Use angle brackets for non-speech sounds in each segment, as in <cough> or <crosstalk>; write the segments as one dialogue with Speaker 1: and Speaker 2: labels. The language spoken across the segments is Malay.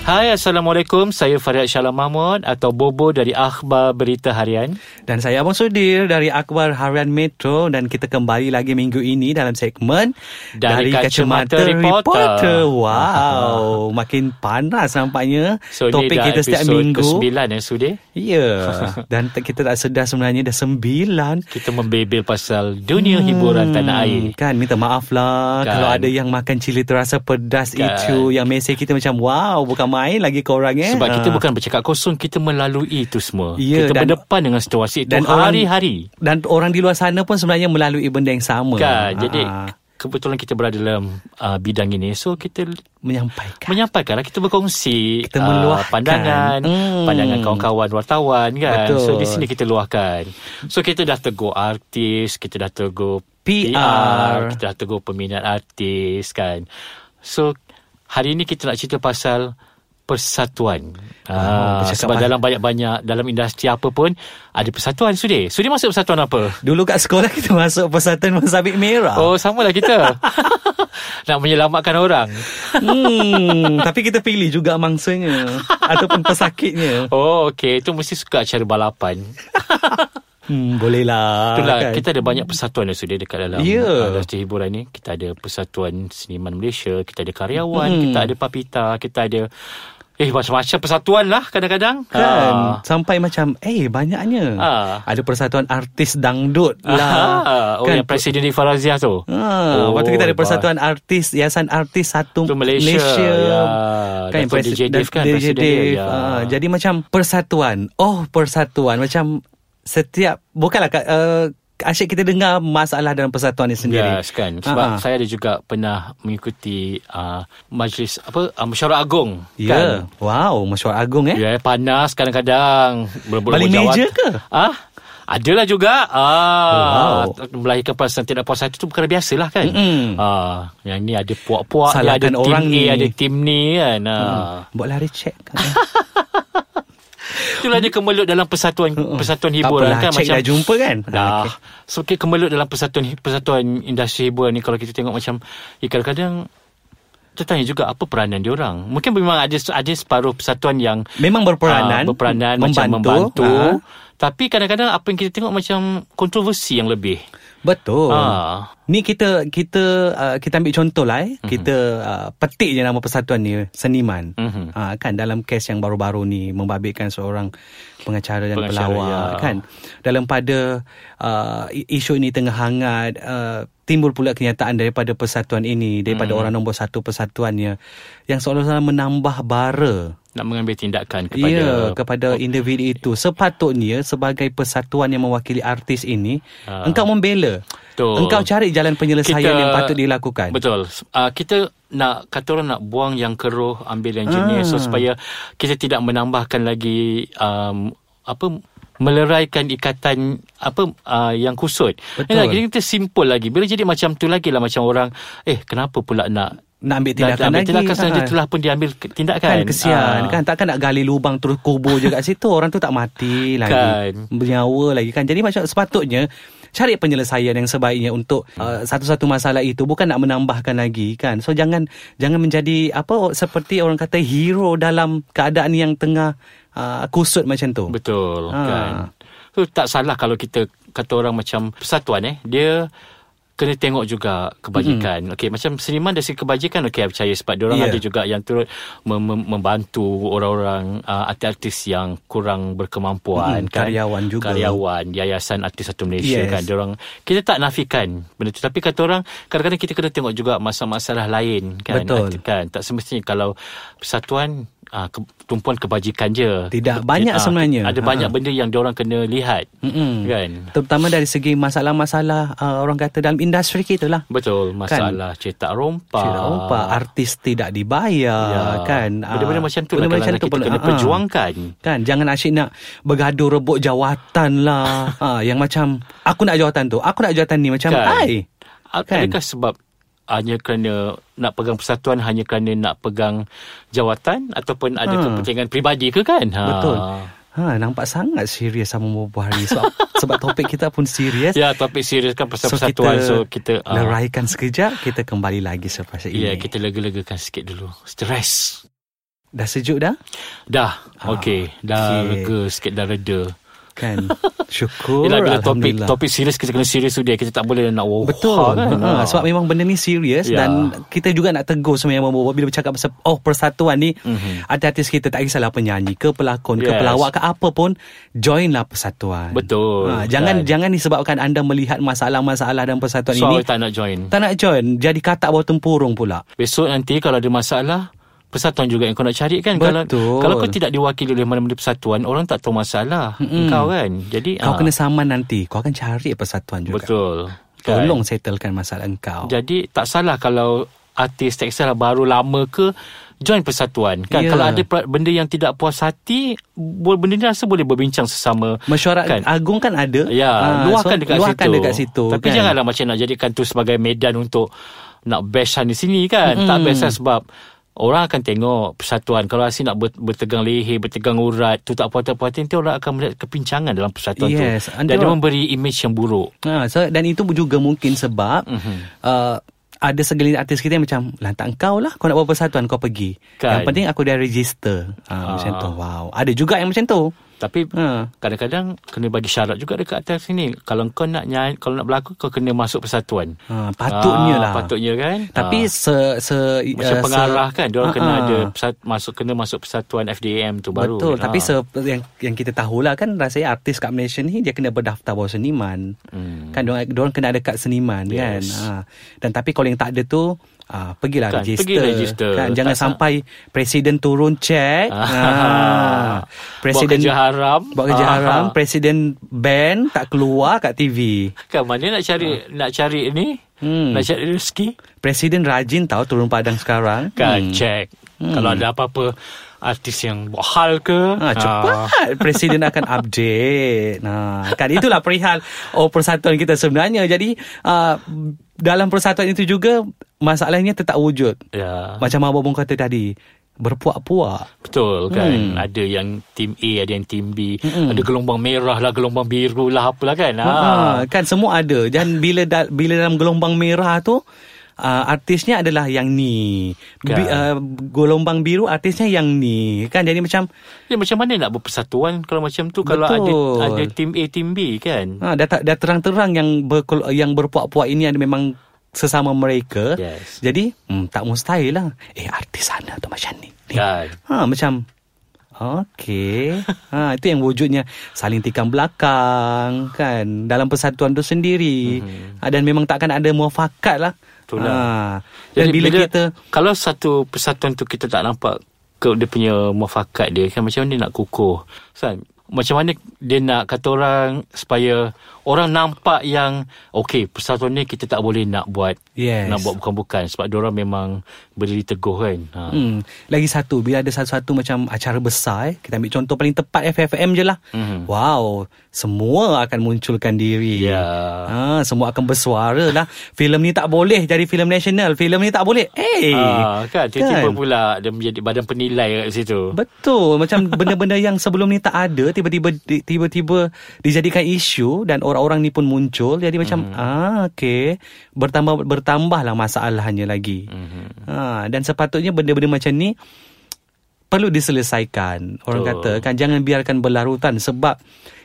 Speaker 1: Hai, Assalamualaikum. Saya Farid Shalom Mahmud atau Bobo dari Akhbar Berita Harian.
Speaker 2: Dan saya Abang Sudir dari Akhbar Harian Metro dan kita kembali lagi minggu ini dalam segmen
Speaker 1: Dari Kacamata Reporter.
Speaker 2: Wow, makin panas nampaknya topik
Speaker 1: dah
Speaker 2: kita setiap
Speaker 1: episod
Speaker 2: minggu.
Speaker 1: ke-9 ya, Sudir. <laughs>
Speaker 2: Ya, dan t- kita tak sedar sebenarnya dah sembilan.
Speaker 1: Kita membebel pasal dunia hmm. hiburan tanah air.
Speaker 2: Hmm, Kan minta maaf lah
Speaker 1: Kan.
Speaker 2: Kalau ada yang makan cili terasa pedas
Speaker 1: Kan.
Speaker 2: itu Yang mesej kita macam Wow bukan main lagi korang eh
Speaker 1: Sebab kita
Speaker 2: Ah.
Speaker 1: bukan bercakap kosong, kita melalui itu semua.
Speaker 2: Ya,
Speaker 1: kita
Speaker 2: dan-
Speaker 1: berdepan dengan situasi itu
Speaker 2: dan orang-
Speaker 1: hari-hari.
Speaker 2: Dan orang di luar sana pun sebenarnya melalui benda yang sama
Speaker 1: Kan?
Speaker 2: Ah,
Speaker 1: Jadi,
Speaker 2: ah.
Speaker 1: kebetulan kita berada dalam uh, bidang ini. So, kita
Speaker 2: Menyampaikan
Speaker 1: menyampaikanlah lah kita berkongsi
Speaker 2: Kita
Speaker 1: ah,
Speaker 2: meluahkan.
Speaker 1: pandangan
Speaker 2: Hmm.
Speaker 1: pandangan kawan-kawan wartawan kan
Speaker 2: Betul.
Speaker 1: so di sini kita luahkan so kita dah tegur artis kita dah tegur
Speaker 2: PR.
Speaker 1: kita dah tegur peminat artis kan so hari ini kita nak cerita pasal persatuan
Speaker 2: Oh,
Speaker 1: ah,
Speaker 2: bercakap
Speaker 1: sebab
Speaker 2: pasal-
Speaker 1: dalam banyak-banyak dalam industri apa pun ada persatuan Sudir Sudir masuk persatuan apa
Speaker 2: Dulu kat sekolah kita masuk Persatuan Masabik Merah
Speaker 1: Oh sama lah kita
Speaker 2: <laughs>
Speaker 1: Nak menyelamatkan orang
Speaker 2: hmm, Tapi kita pilih juga mangsanya Ataupun pesakitnya
Speaker 1: Oh okey Itu mesti suka acara balapan
Speaker 2: hmm, Boleh lah
Speaker 1: Itulah
Speaker 2: kan?
Speaker 1: kan? kita ada banyak persatuan yang sudah dekat dalam
Speaker 2: Ya.
Speaker 1: yeah. industri hiburan ni. Kita ada persatuan seniman Malaysia, kita ada karyawan,
Speaker 2: Mm-mm.
Speaker 1: hmm. kita ada papita, kita ada eh macam-macam persatuan lah kadang-kadang.
Speaker 2: Kan
Speaker 1: Ah.
Speaker 2: Sampai macam Eh banyaknya
Speaker 1: Ah.
Speaker 2: Ada persatuan artis dangdut lah
Speaker 1: <laughs> Ah, oh, yang presiden di Farazia tu.
Speaker 2: Ah, oh, waktu kita ada persatuan artis Yayasan Artis Satu
Speaker 1: Tu Malaysia.
Speaker 2: Malaysia. Kan,
Speaker 1: Ya. Datuk
Speaker 2: pres-
Speaker 1: DJ Dave kan,
Speaker 2: Dan- DJ
Speaker 1: presiden dia.
Speaker 2: Dave.
Speaker 1: Ya.
Speaker 2: Ah, jadi macam persatuan. Oh, persatuan. Macam setiap bukanlah Kak, uh, asyik kita dengar masalah dalam persatuan ni sendiri.
Speaker 1: Yes kan Sebab
Speaker 2: Ah, ah.
Speaker 1: saya ada juga pernah mengikuti uh, Majlis apa uh, Mesyuarat Agung
Speaker 2: Ya. Wow, mesyuarat agung
Speaker 1: kan Ya
Speaker 2: eh.
Speaker 1: pendas kadang-kadang Berebut-rebut
Speaker 2: Baling meja ke? Oh,
Speaker 1: Ah, Adalah juga ah,
Speaker 2: Wow.
Speaker 1: Melahirkan perasaan tidak puas hati Itu perkara biasalah kan
Speaker 2: Mm-mm.
Speaker 1: ah, Yang ni ada puak-puak yang ada
Speaker 2: Salahkan orang
Speaker 1: tim
Speaker 2: ni. Mm.
Speaker 1: A, ada tim ni kan ah.
Speaker 2: Hmm. Buat lari cek.
Speaker 1: Itulah dia kemelut dalam persatuan <laughs> Persatuan hiburan
Speaker 2: tak apalah,
Speaker 1: kan
Speaker 2: cek dah jumpa kan?
Speaker 1: Dah.
Speaker 2: Okey.
Speaker 1: So kita kemelut dalam persatuan persatuan industri hiburan ni kalau kita tengok macam ya kadang-kadang tertanya juga apa peranan dia orang. Mungkin memang ada ada separuh persatuan yang
Speaker 2: Memang berperanan,
Speaker 1: ah, berperanan macam
Speaker 2: membantu,
Speaker 1: membantu.
Speaker 2: ah.
Speaker 1: Tapi kadang-kadang apa yang kita tengok macam kontroversi yang lebih.
Speaker 2: Betul.
Speaker 1: Ah.
Speaker 2: Ni kita kita uh, kita ambil contoh lah eh. Kita uh, petik je nama persatuan ni seniman.
Speaker 1: Mhm.
Speaker 2: Uh, kan dalam kes yang baru-baru ni membabitkan seorang pengacara dan
Speaker 1: Pengacara,
Speaker 2: pelawak
Speaker 1: ya.
Speaker 2: kan. Dalam pada uh, i- isu ini tengah hangat uh, timbul pula kenyataan daripada persatuan ini daripada
Speaker 1: Mhm.
Speaker 2: orang nombor satu persatuannya yang seolah-olah menambah bara
Speaker 1: Nak mengambil tindakan kepada
Speaker 2: kepada ya, kepada individu itu sepatutnya sebagai persatuan yang mewakili artis ini
Speaker 1: Ah.
Speaker 2: engkau membela
Speaker 1: Betul.
Speaker 2: engkau cari jalan penyelesaian yang patut dilakukan
Speaker 1: Betul. Uh, kita nak kata orang nak buang yang keruh, ambil yang jernih
Speaker 2: Ah.
Speaker 1: ah. so supaya kita tidak menambahkan lagi um, apa meleraikan ikatan apa uh, yang kusut.
Speaker 2: Betul.
Speaker 1: Yalah, jadi kita simple lagi. Bila jadi macam tu lagi lah macam orang eh kenapa pula nak
Speaker 2: nak ambil
Speaker 1: nak
Speaker 2: tindakan
Speaker 1: ambil
Speaker 2: lagi
Speaker 1: tindakan sebenarnya
Speaker 2: Ah.
Speaker 1: itulah pun diambil ke- tindakan.
Speaker 2: kan kesian
Speaker 1: Ah.
Speaker 2: kan takkan nak gali lubang terus kubur je kat situ orang tu tak
Speaker 1: <laughs>
Speaker 2: mati
Speaker 1: Kan.
Speaker 2: lagi bernyawa lagi kan jadi macam sepatutnya cari penyelesaian yang sebaiknya untuk uh, satu-satu masalah itu bukan nak menambahkan lagi kan so jangan jangan menjadi apa seperti orang kata hero dalam keadaan yang tengah uh, kusut macam tu
Speaker 1: Betul
Speaker 2: Ha.
Speaker 1: ha. kan. So tak salah kalau kita kata orang macam persatuan eh dia kena tengok juga kebajikan. Mm. Okey macam seniman dari segi kebajikan okey I percaya sebab dia orang
Speaker 2: Hmm. Ya.
Speaker 1: yeah. ada juga yang turut mem- mem- membantu orang-orang uh, artis-artis yang kurang berkemampuan
Speaker 2: Mm-mm,
Speaker 1: kan.
Speaker 2: Hmm, karyawan juga.
Speaker 1: Karyawan, Yayasan Artis Satu Malaysia
Speaker 2: Yes.
Speaker 1: yes. kan. Dia orang kita tak nafikan benda tu tapi kata orang kadang-kadang kita kena tengok juga masalah-masalah lain kan.
Speaker 2: Betul.
Speaker 1: Kan tak semestinya kalau persatuan Uh, ke, tumpuan kebajikan je
Speaker 2: Tidak banyak
Speaker 1: Ah,
Speaker 2: sebenarnya. Hmm.
Speaker 1: Ada
Speaker 2: Ha.
Speaker 1: banyak benda yang diorang kena lihat.
Speaker 2: Mm-mm.
Speaker 1: Kan?
Speaker 2: terutama dari segi masalah-masalah uh, orang kata dalam industri kita lah
Speaker 1: Betul. Masalah kan? cetak rompak. Ya.
Speaker 2: Cik Raupa, artis tidak dibayar Ah, kan Ah,
Speaker 1: Benda-benda macam tu
Speaker 2: benda-benda
Speaker 1: lah macam kita
Speaker 2: perlu-
Speaker 1: kena
Speaker 2: ah, ah.
Speaker 1: perjuangkan.
Speaker 2: Kan jangan asyik nak bergaduh rebut jawatan
Speaker 1: <laughs>
Speaker 2: lah. ha yang macam aku nak jawatan tu, aku nak jawatan ni macam
Speaker 1: Kan.
Speaker 2: ai.
Speaker 1: A-
Speaker 2: Kan?
Speaker 1: Adakah sebab hanya kerana nak pegang persatuan hanya kerana nak pegang jawatan ataupun ada
Speaker 2: Ha.
Speaker 1: kepentingan peribadi ke kan? Ha.
Speaker 2: Betul. Ha Ha, nampak sangat serius sama
Speaker 1: <laughs>
Speaker 2: Mubari sebab, sebab topik kita pun serius.
Speaker 1: Ya, topik serius kan pasal so persatuan.
Speaker 2: kita
Speaker 1: so, kita... ah,
Speaker 2: leraikan sekejap, kita kembali lagi selepas ini.
Speaker 1: Ya, kita lega-legakan sikit dulu. Stress.
Speaker 2: Dah sejuk dah?
Speaker 1: Dah.
Speaker 2: Ah,
Speaker 1: Okey. Dah
Speaker 2: okey.
Speaker 1: lega sikit, dah reda.
Speaker 2: Kan?
Speaker 1: <laughs>
Speaker 2: Syukur.
Speaker 1: Yelah, bila topik
Speaker 2: Alhamdulillah.
Speaker 1: topik serius, kita kena serius sudah. Kita tak boleh nak wah
Speaker 2: Betul.
Speaker 1: kan.
Speaker 2: Ha, sebab memang benda ni serius
Speaker 1: Ya.
Speaker 2: yeah. dan kita juga nak tegur semua yang membawa bila bercakap pasal oh persatuan ni
Speaker 1: Mhm.
Speaker 2: mm-hmm. artis kita tak kisahlah penyanyi ke pelakon yes. ke
Speaker 1: Yes.
Speaker 2: pelawak ke apa pun joinlah persatuan.
Speaker 1: Betul.
Speaker 2: Ha,
Speaker 1: Kan?
Speaker 2: jangan
Speaker 1: Dan-
Speaker 2: jangan disebabkan anda melihat masalah-masalah dalam persatuan
Speaker 1: so,
Speaker 2: ini
Speaker 1: awak tak nak join.
Speaker 2: tak nak join jadi katak bawah tempurung pula.
Speaker 1: Besok nanti kalau ada masalah Persatuan juga yang kau nak cari kan Kalau
Speaker 2: Betul.
Speaker 1: kalau kau tidak diwakili oleh mana-mana persatuan Orang tak tahu masalah mm-hmm. Kau kan Jadi ah,
Speaker 2: Kau kena saman nanti. Kau akan cari persatuan juga.
Speaker 1: Betul kan?
Speaker 2: Tolong settlekan masalah engkau.
Speaker 1: Jadi tak salah kalau Artis tekstil lah baru lama ke Join persatuan kan
Speaker 2: Ya.
Speaker 1: Kalau ada pra- benda yang tidak puas hati bo- Benda ni rasa boleh berbincang sesama
Speaker 2: Mesyuarat
Speaker 1: Kan?
Speaker 2: agung kan ada.
Speaker 1: Ya
Speaker 2: Ah,
Speaker 1: Luahkan dekat
Speaker 2: luahkan
Speaker 1: situ
Speaker 2: dekat situ.
Speaker 1: Tapi
Speaker 2: kan?
Speaker 1: janganlah macam nak jadikan tu sebagai medan untuk Nak bash sana sini kan mm. Tak best lah sebab Orang akan tengok persatuan Kalau asyik nak ber- bertegang leher Bertegang urat Tu tak puas-puas Nanti orang akan melihat kepincangan Dalam persatuan
Speaker 2: Yes,
Speaker 1: tu Dan
Speaker 2: anda-
Speaker 1: dia memberi image yang buruk
Speaker 2: Ha, so, dan itu juga mungkin sebab mm-hmm.
Speaker 1: Mhm.
Speaker 2: uh, ada segelintir artis kita yang macam lantak engkau lah kau nak buat persatuan kau pergi.
Speaker 1: Kan.
Speaker 2: Kan. Yang penting aku dah register. Ha,
Speaker 1: Ah.
Speaker 2: Macam tu. Wow. Ada juga yang macam tu.
Speaker 1: Tapi
Speaker 2: Ha.
Speaker 1: Kadang-kadang kena bagi syarat juga dekat atas sini. Kalau kau nak nyanyi, kalau nak berlakon kau kena masuk persatuan.
Speaker 2: Ha,
Speaker 1: Ah,
Speaker 2: patutnya lah.
Speaker 1: Patutnya kan.
Speaker 2: Tapi
Speaker 1: Ah,
Speaker 2: se, se
Speaker 1: macam
Speaker 2: eh, se-
Speaker 1: pengarah kan, dia orang
Speaker 2: Ah,
Speaker 1: kena
Speaker 2: ah.
Speaker 1: ada persat- masuk kena masuk persatuan FDM tu baru.
Speaker 2: Betul
Speaker 1: kan.
Speaker 2: Tapi
Speaker 1: Ah.
Speaker 2: se, yang, yang kita tahulah kan Rasanya artis kat Malaysia ni Dia kena berdaftar bawah seniman
Speaker 1: Hmm.
Speaker 2: hmm. Kan diorang, diorang kena ada kad seniman kan
Speaker 1: Yes.
Speaker 2: ha. Dan tapi kalau yang tak ada tu ha, Pergilah
Speaker 1: Kan,
Speaker 2: kan, register,
Speaker 1: pergi register.
Speaker 2: kan?
Speaker 1: Tak
Speaker 2: Jangan
Speaker 1: sa-
Speaker 2: sampai Presiden turun cek
Speaker 1: Ah.
Speaker 2: ha. Presiden
Speaker 1: <laughs> Buat kerja haram.
Speaker 2: Buat kerja
Speaker 1: Ah.
Speaker 2: haram Presiden ban Tak keluar kat TV
Speaker 1: kan mana nak cari nak cari ni?
Speaker 2: Hmm.
Speaker 1: Nak cari rezeki
Speaker 2: Presiden rajin tau Turun padang sekarang Hmm.
Speaker 1: kan check. Kalau ada apa-apa artis yang buat hal ke
Speaker 2: Ha,
Speaker 1: ah,
Speaker 2: cepat Presiden akan update nah, Kan itulah perihal Oh persatuan kita sebenarnya Jadi uh, Dalam persatuan itu juga Masalahnya tetap wujud
Speaker 1: ya.
Speaker 2: Macam Abang Bung kata tadi Berpuak-puak
Speaker 1: Betul kan hmm. Ada yang tim A Ada yang tim B hmm. Ada gelombang merah lah Gelombang biru lah Apalah kan ha.
Speaker 2: ha. Kan semua ada Dan bila da- bila dalam gelombang merah tu Uh, artisnya adalah yang ni Bi,
Speaker 1: Kan.
Speaker 2: uh, Gelombang biru artisnya yang ni Kan jadi macam
Speaker 1: Ya, macam mana nak berpersatuan Kalau macam tu Kalau ada
Speaker 2: Betul.
Speaker 1: ada tim A tim B kan
Speaker 2: Ha, dah, tak, dah terang-terang yang ber, yang berpuak-puak ini ada memang sesama mereka.
Speaker 1: Yes.
Speaker 2: Jadi, hmm, tak mustahil lah. Eh, artis sana tu macam ni. ni.
Speaker 1: Kan
Speaker 2: Ha, macam, okey. Ha, itu yang wujudnya saling tikam belakang, kan. Dalam persatuan tu sendiri. Mm-hmm. Ha, dan memang takkan ada muafakat lah.
Speaker 1: Itulah.
Speaker 2: Ha. Dan bila, bila kita...
Speaker 1: Kalau satu persatuan tu Kita tak nampak ke Dia punya muafakat dia kan Macam mana nak kukuh kan? Macam mana dia nak kata orang Supaya Orang nampak yang Okey persatuan ni kita tak boleh nak buat
Speaker 2: Yes.
Speaker 1: Nak buat bukan-bukan Sebab diorang memang Berdiri teguh kan ha.
Speaker 2: Hmm. Lagi satu Bila ada satu-satu macam acara besar eh, Kita ambil contoh paling tepat FFM je lah
Speaker 1: Mhm.
Speaker 2: Wow Semua akan munculkan diri
Speaker 1: Ya.
Speaker 2: ha, Semua akan bersuara lah Filem ni tak boleh jadi filem nasional Filem ni tak boleh Eh hey,
Speaker 1: Ah, kan tiba-tiba kan? pula dia menjadi badan penilai kat situ.
Speaker 2: Betul Macam benda-benda yang sebelum ni tak ada Tiba-tiba di- Tiba-tiba Dijadikan isu Dan orang-orang ni pun muncul Jadi macam
Speaker 1: Hmm.
Speaker 2: Ah okay Bertambah Bertambahlah masalahnya lagi
Speaker 1: Hmm. Mhm.
Speaker 2: mm-hmm. ha, Dan sepatutnya Benda-benda macam ni Perlu diselesaikan Orang
Speaker 1: Betul.
Speaker 2: kata kan Jangan biarkan berlarutan Sebab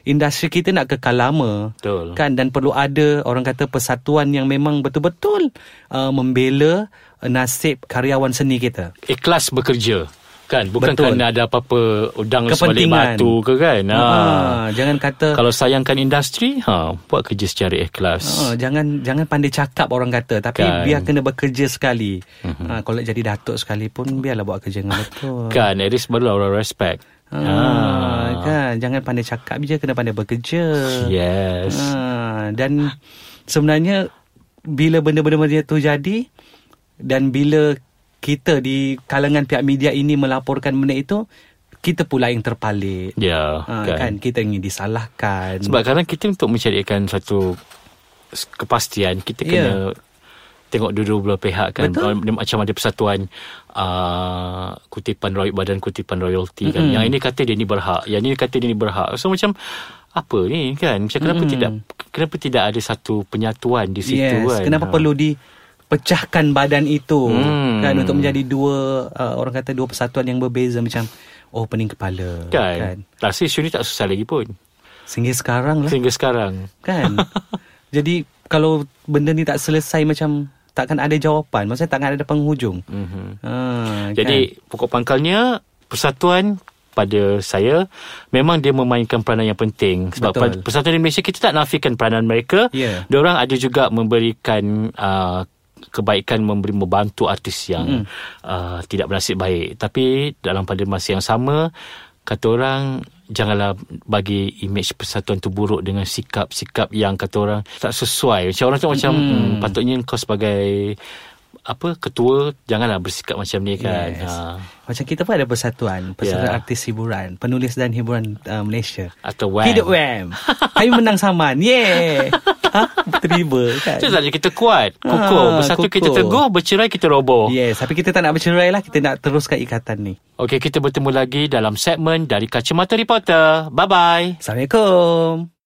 Speaker 2: Industri kita nak kekal lama
Speaker 1: Betul.
Speaker 2: Kan dan perlu ada Orang kata persatuan yang memang Betul-betul uh, Membela uh, Nasib karyawan seni kita
Speaker 1: Ikhlas bekerja. Kan bukan Betul.
Speaker 2: Betul.
Speaker 1: kerana ada apa-apa udang sebalik
Speaker 2: Kepentingan.
Speaker 1: batu ke kan. Ha.
Speaker 2: Ah, jangan kata
Speaker 1: Kalau sayangkan industri, ha buat kerja secara ikhlas.
Speaker 2: Ah, jangan jangan pandai cakap orang kata tapi
Speaker 1: Kan. Mhm.
Speaker 2: kan. biar kena bekerja sekali. Mm-hmm. Ah, kalau nak jadi datuk sekali pun biarlah buat kerja
Speaker 1: <laughs>
Speaker 2: dengan betul.
Speaker 1: Kan at least barulah orang respect. Ha.
Speaker 2: Ah, kan jangan pandai cakap je kena pandai bekerja.
Speaker 1: Ya. Yes.
Speaker 2: Ah, dan sebenarnya bila benda-benda macam tu jadi dan bila kita di kalangan pihak media ini melaporkan benda itu kita pula yang terpalit.
Speaker 1: Ya,
Speaker 2: Ah,
Speaker 1: kan.
Speaker 2: kan kita yang disalahkan.
Speaker 1: Sebab kadang kita untuk mencarikan satu s- kepastian, kita kena yeah. tengok dua-dua belah pihak kan.
Speaker 2: Ya. Betul.
Speaker 1: Dia macam ada persatuan uh, kutipan roy, badan kutipan royalty kan. Yang ini kata dia ni berhak, yang ni kata dia ni berhak. So macam apa ni kan? Macam kenapa tidak kenapa tidak ada satu penyatuan di situ kan.
Speaker 2: yes, Kenapa
Speaker 1: Ha.
Speaker 2: perlu dipecahkan badan itu
Speaker 1: Hmm.
Speaker 2: kan untuk menjadi dua uh, orang kata dua persatuan yang berbeza macam oh pening kepala
Speaker 1: kan? kan? Rasa isu ni tak susah lagi pun.
Speaker 2: Sehingga sekarang lah
Speaker 1: Sehingga sekarang. <laughs>
Speaker 2: kan. Jadi kalau benda ni tak selesai macam takkan ada jawapan, maksudnya takkan ada penghujung.
Speaker 1: Mhm.
Speaker 2: Ha,
Speaker 1: Jadi pokok pangkalnya persatuan pada saya memang dia memainkan peranan yang penting sebab
Speaker 2: Betul.
Speaker 1: per- persatuan Indonesia kita tak nafikan peranan mereka.
Speaker 2: Ya.
Speaker 1: Diorang ada juga memberikan uh, kebaikan memberi membantu artis yang
Speaker 2: Hmm.
Speaker 1: mm. uh, tidak bernasib baik tapi dalam pada masa yang sama kata orang janganlah bagi imej persatuan tu buruk dengan sikap-sikap yang kata orang tak sesuai macam orang tu macam mm. hmm, patutnya kau sebagai apa ketua janganlah bersikap macam ni kan
Speaker 2: Yes.
Speaker 1: ha.
Speaker 2: Macam kita pun ada persatuan Persatuan
Speaker 1: Ya.
Speaker 2: artis hiburan Penulis dan hiburan uh, Malaysia
Speaker 1: Atau WAM.
Speaker 2: Hidup WAM Kami menang saman Yeay ha? Terima kan
Speaker 1: Itu saja kita kuat Kukuh
Speaker 2: Ah,
Speaker 1: Bersatu kita
Speaker 2: kukuh.
Speaker 1: teguh Bercerai kita roboh
Speaker 2: Yes Tapi kita tak nak bercerai lah Kita nak teruskan ikatan ni
Speaker 1: Okey kita bertemu lagi Dalam segmen Dari Kacamata Reporter Bye-bye
Speaker 2: Assalamualaikum